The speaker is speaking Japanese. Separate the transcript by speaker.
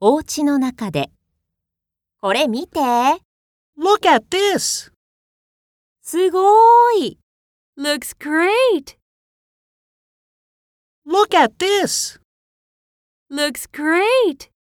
Speaker 1: お家の中で。これ見て。
Speaker 2: Look at this.
Speaker 1: すごーい。Looks great.
Speaker 2: Look at this.
Speaker 1: Looks great.